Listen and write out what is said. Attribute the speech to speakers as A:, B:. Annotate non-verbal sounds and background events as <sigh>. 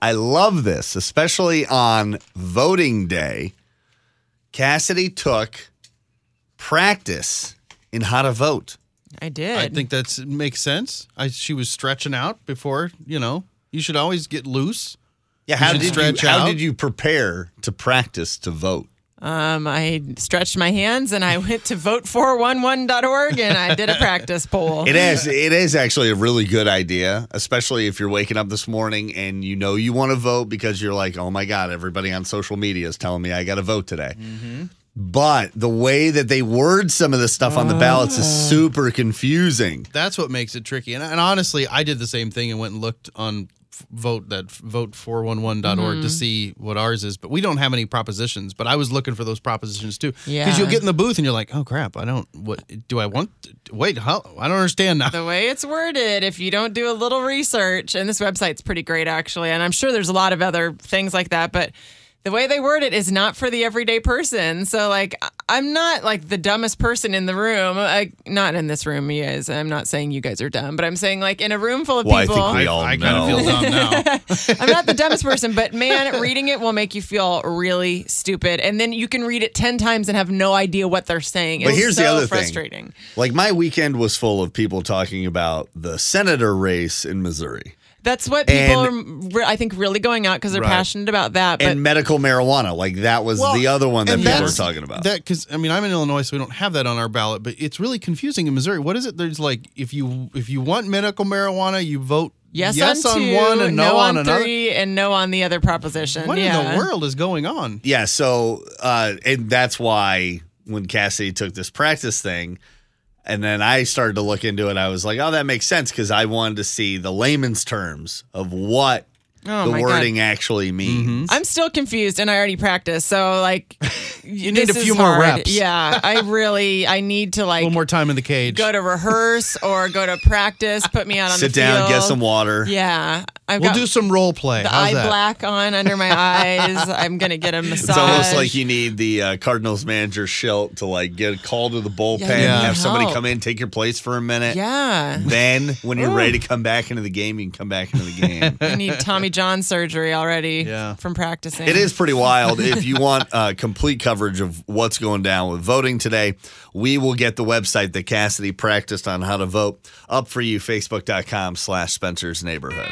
A: I love this, especially on voting day. Cassidy took practice in how to vote.
B: I did.
C: I think that makes sense. I she was stretching out before, you know. You should always get loose.
A: Yeah, how
C: should
A: did
C: stretch
A: you, how
C: out.
A: did you prepare to practice to vote?
B: Um, I stretched my hands and I went to vote411.org and I did a practice poll.
A: It is it is actually a really good idea, especially if you're waking up this morning and you know you want to vote because you're like, oh my god, everybody on social media is telling me I got to vote today. But the way that they word some of the stuff on the ballots is super confusing.
C: That's what makes it tricky. And, and honestly, I did the same thing and went and looked on f- vote that f- vote411.org
B: Mm-hmm.
C: to see what ours is, but we don't have any propositions, but I was looking for those propositions too.
B: Yeah.
C: Cuz you'll get in the booth and you're like, "Oh crap, I don't what do I want? Wait, how? I don't understand now."
B: The way it's worded, if you don't do a little research, and this website's pretty great actually, and I'm sure there's a lot of other things like that, but the way they word it is not for the everyday person. So like I- I'm not like the dumbest person in the room. Like not in this room, you guys. I'm not saying you guys are dumb, but I'm saying like in a room full of
A: Well, I
B: people.
A: think we all
C: I kind
B: <laughs>
C: of feel
A: know.
C: dumb now.
B: I'm not the dumbest person, but man, reading it will make you feel really stupid. And then you can read it 10 times and have no idea what they're saying.
A: But
B: It's
A: here's
B: so
A: the other thing.
B: frustrating.
A: Like my weekend was full of people talking about the senator race in Missouri
B: That's what people
A: And-
B: are, re- I think, really going out because they're
C: Right.
B: passionate about that. But
A: and medical marijuana. Like that was
C: Well,
A: the other one that
C: and
A: people were
C: that's-
A: talking about.
C: That because I mean I'm in Illinois, so we don't have that on our ballot. But it's really confusing in Missouri. What is it? There's like if you if you want medical marijuana, you vote
B: yes, on,
C: on,
B: two,
C: one and no, on, another.
B: three, and no on the other proposition.
C: What
B: yeah.
C: in the world is going on?
A: yeah, so uh, and that's why when Cassidy took this practice thing, and then I started to look into it, I was like, oh, that makes sense because I wanted to see the layman's terms of what
B: Oh,
A: the
B: my
A: wording
B: God. Mm-hmm.
A: actually means.
B: I'm still confused, and I already practiced. So,
C: <laughs>
B: like, you
C: need a few more reps.
B: Yeah,
C: <laughs>
B: I really, I need to like
C: One more time in the cage.
B: go to rehearse or go to practice. Put me out on
A: Sit
B: the field.
A: down, get some water.
B: Yeah, I've
C: we'll
B: got
C: do some role play.
B: the
C: How's
B: eye
C: that?
B: black on under my eyes.
C: <laughs>
B: I'm gonna get a massage.
A: It's almost like you need the uh, Cardinals manager Schilt to like get a call to the bullpen,
B: you
C: need
A: have somebody
B: help.
A: come in, take your place for a minute.
B: yeah.
A: Then when you're
B: Ooh.
A: ready to come back into the game, you can come back into the game.
B: I need Tommy John surgery already
C: <laughs> Yeah.
B: from practicing.
A: It is pretty wild. If you want uh, complete coverage of what's going down with voting today, we will get the website that Cassidy practiced on how to vote up for you, facebook.com slash Spencer's Neighborhood.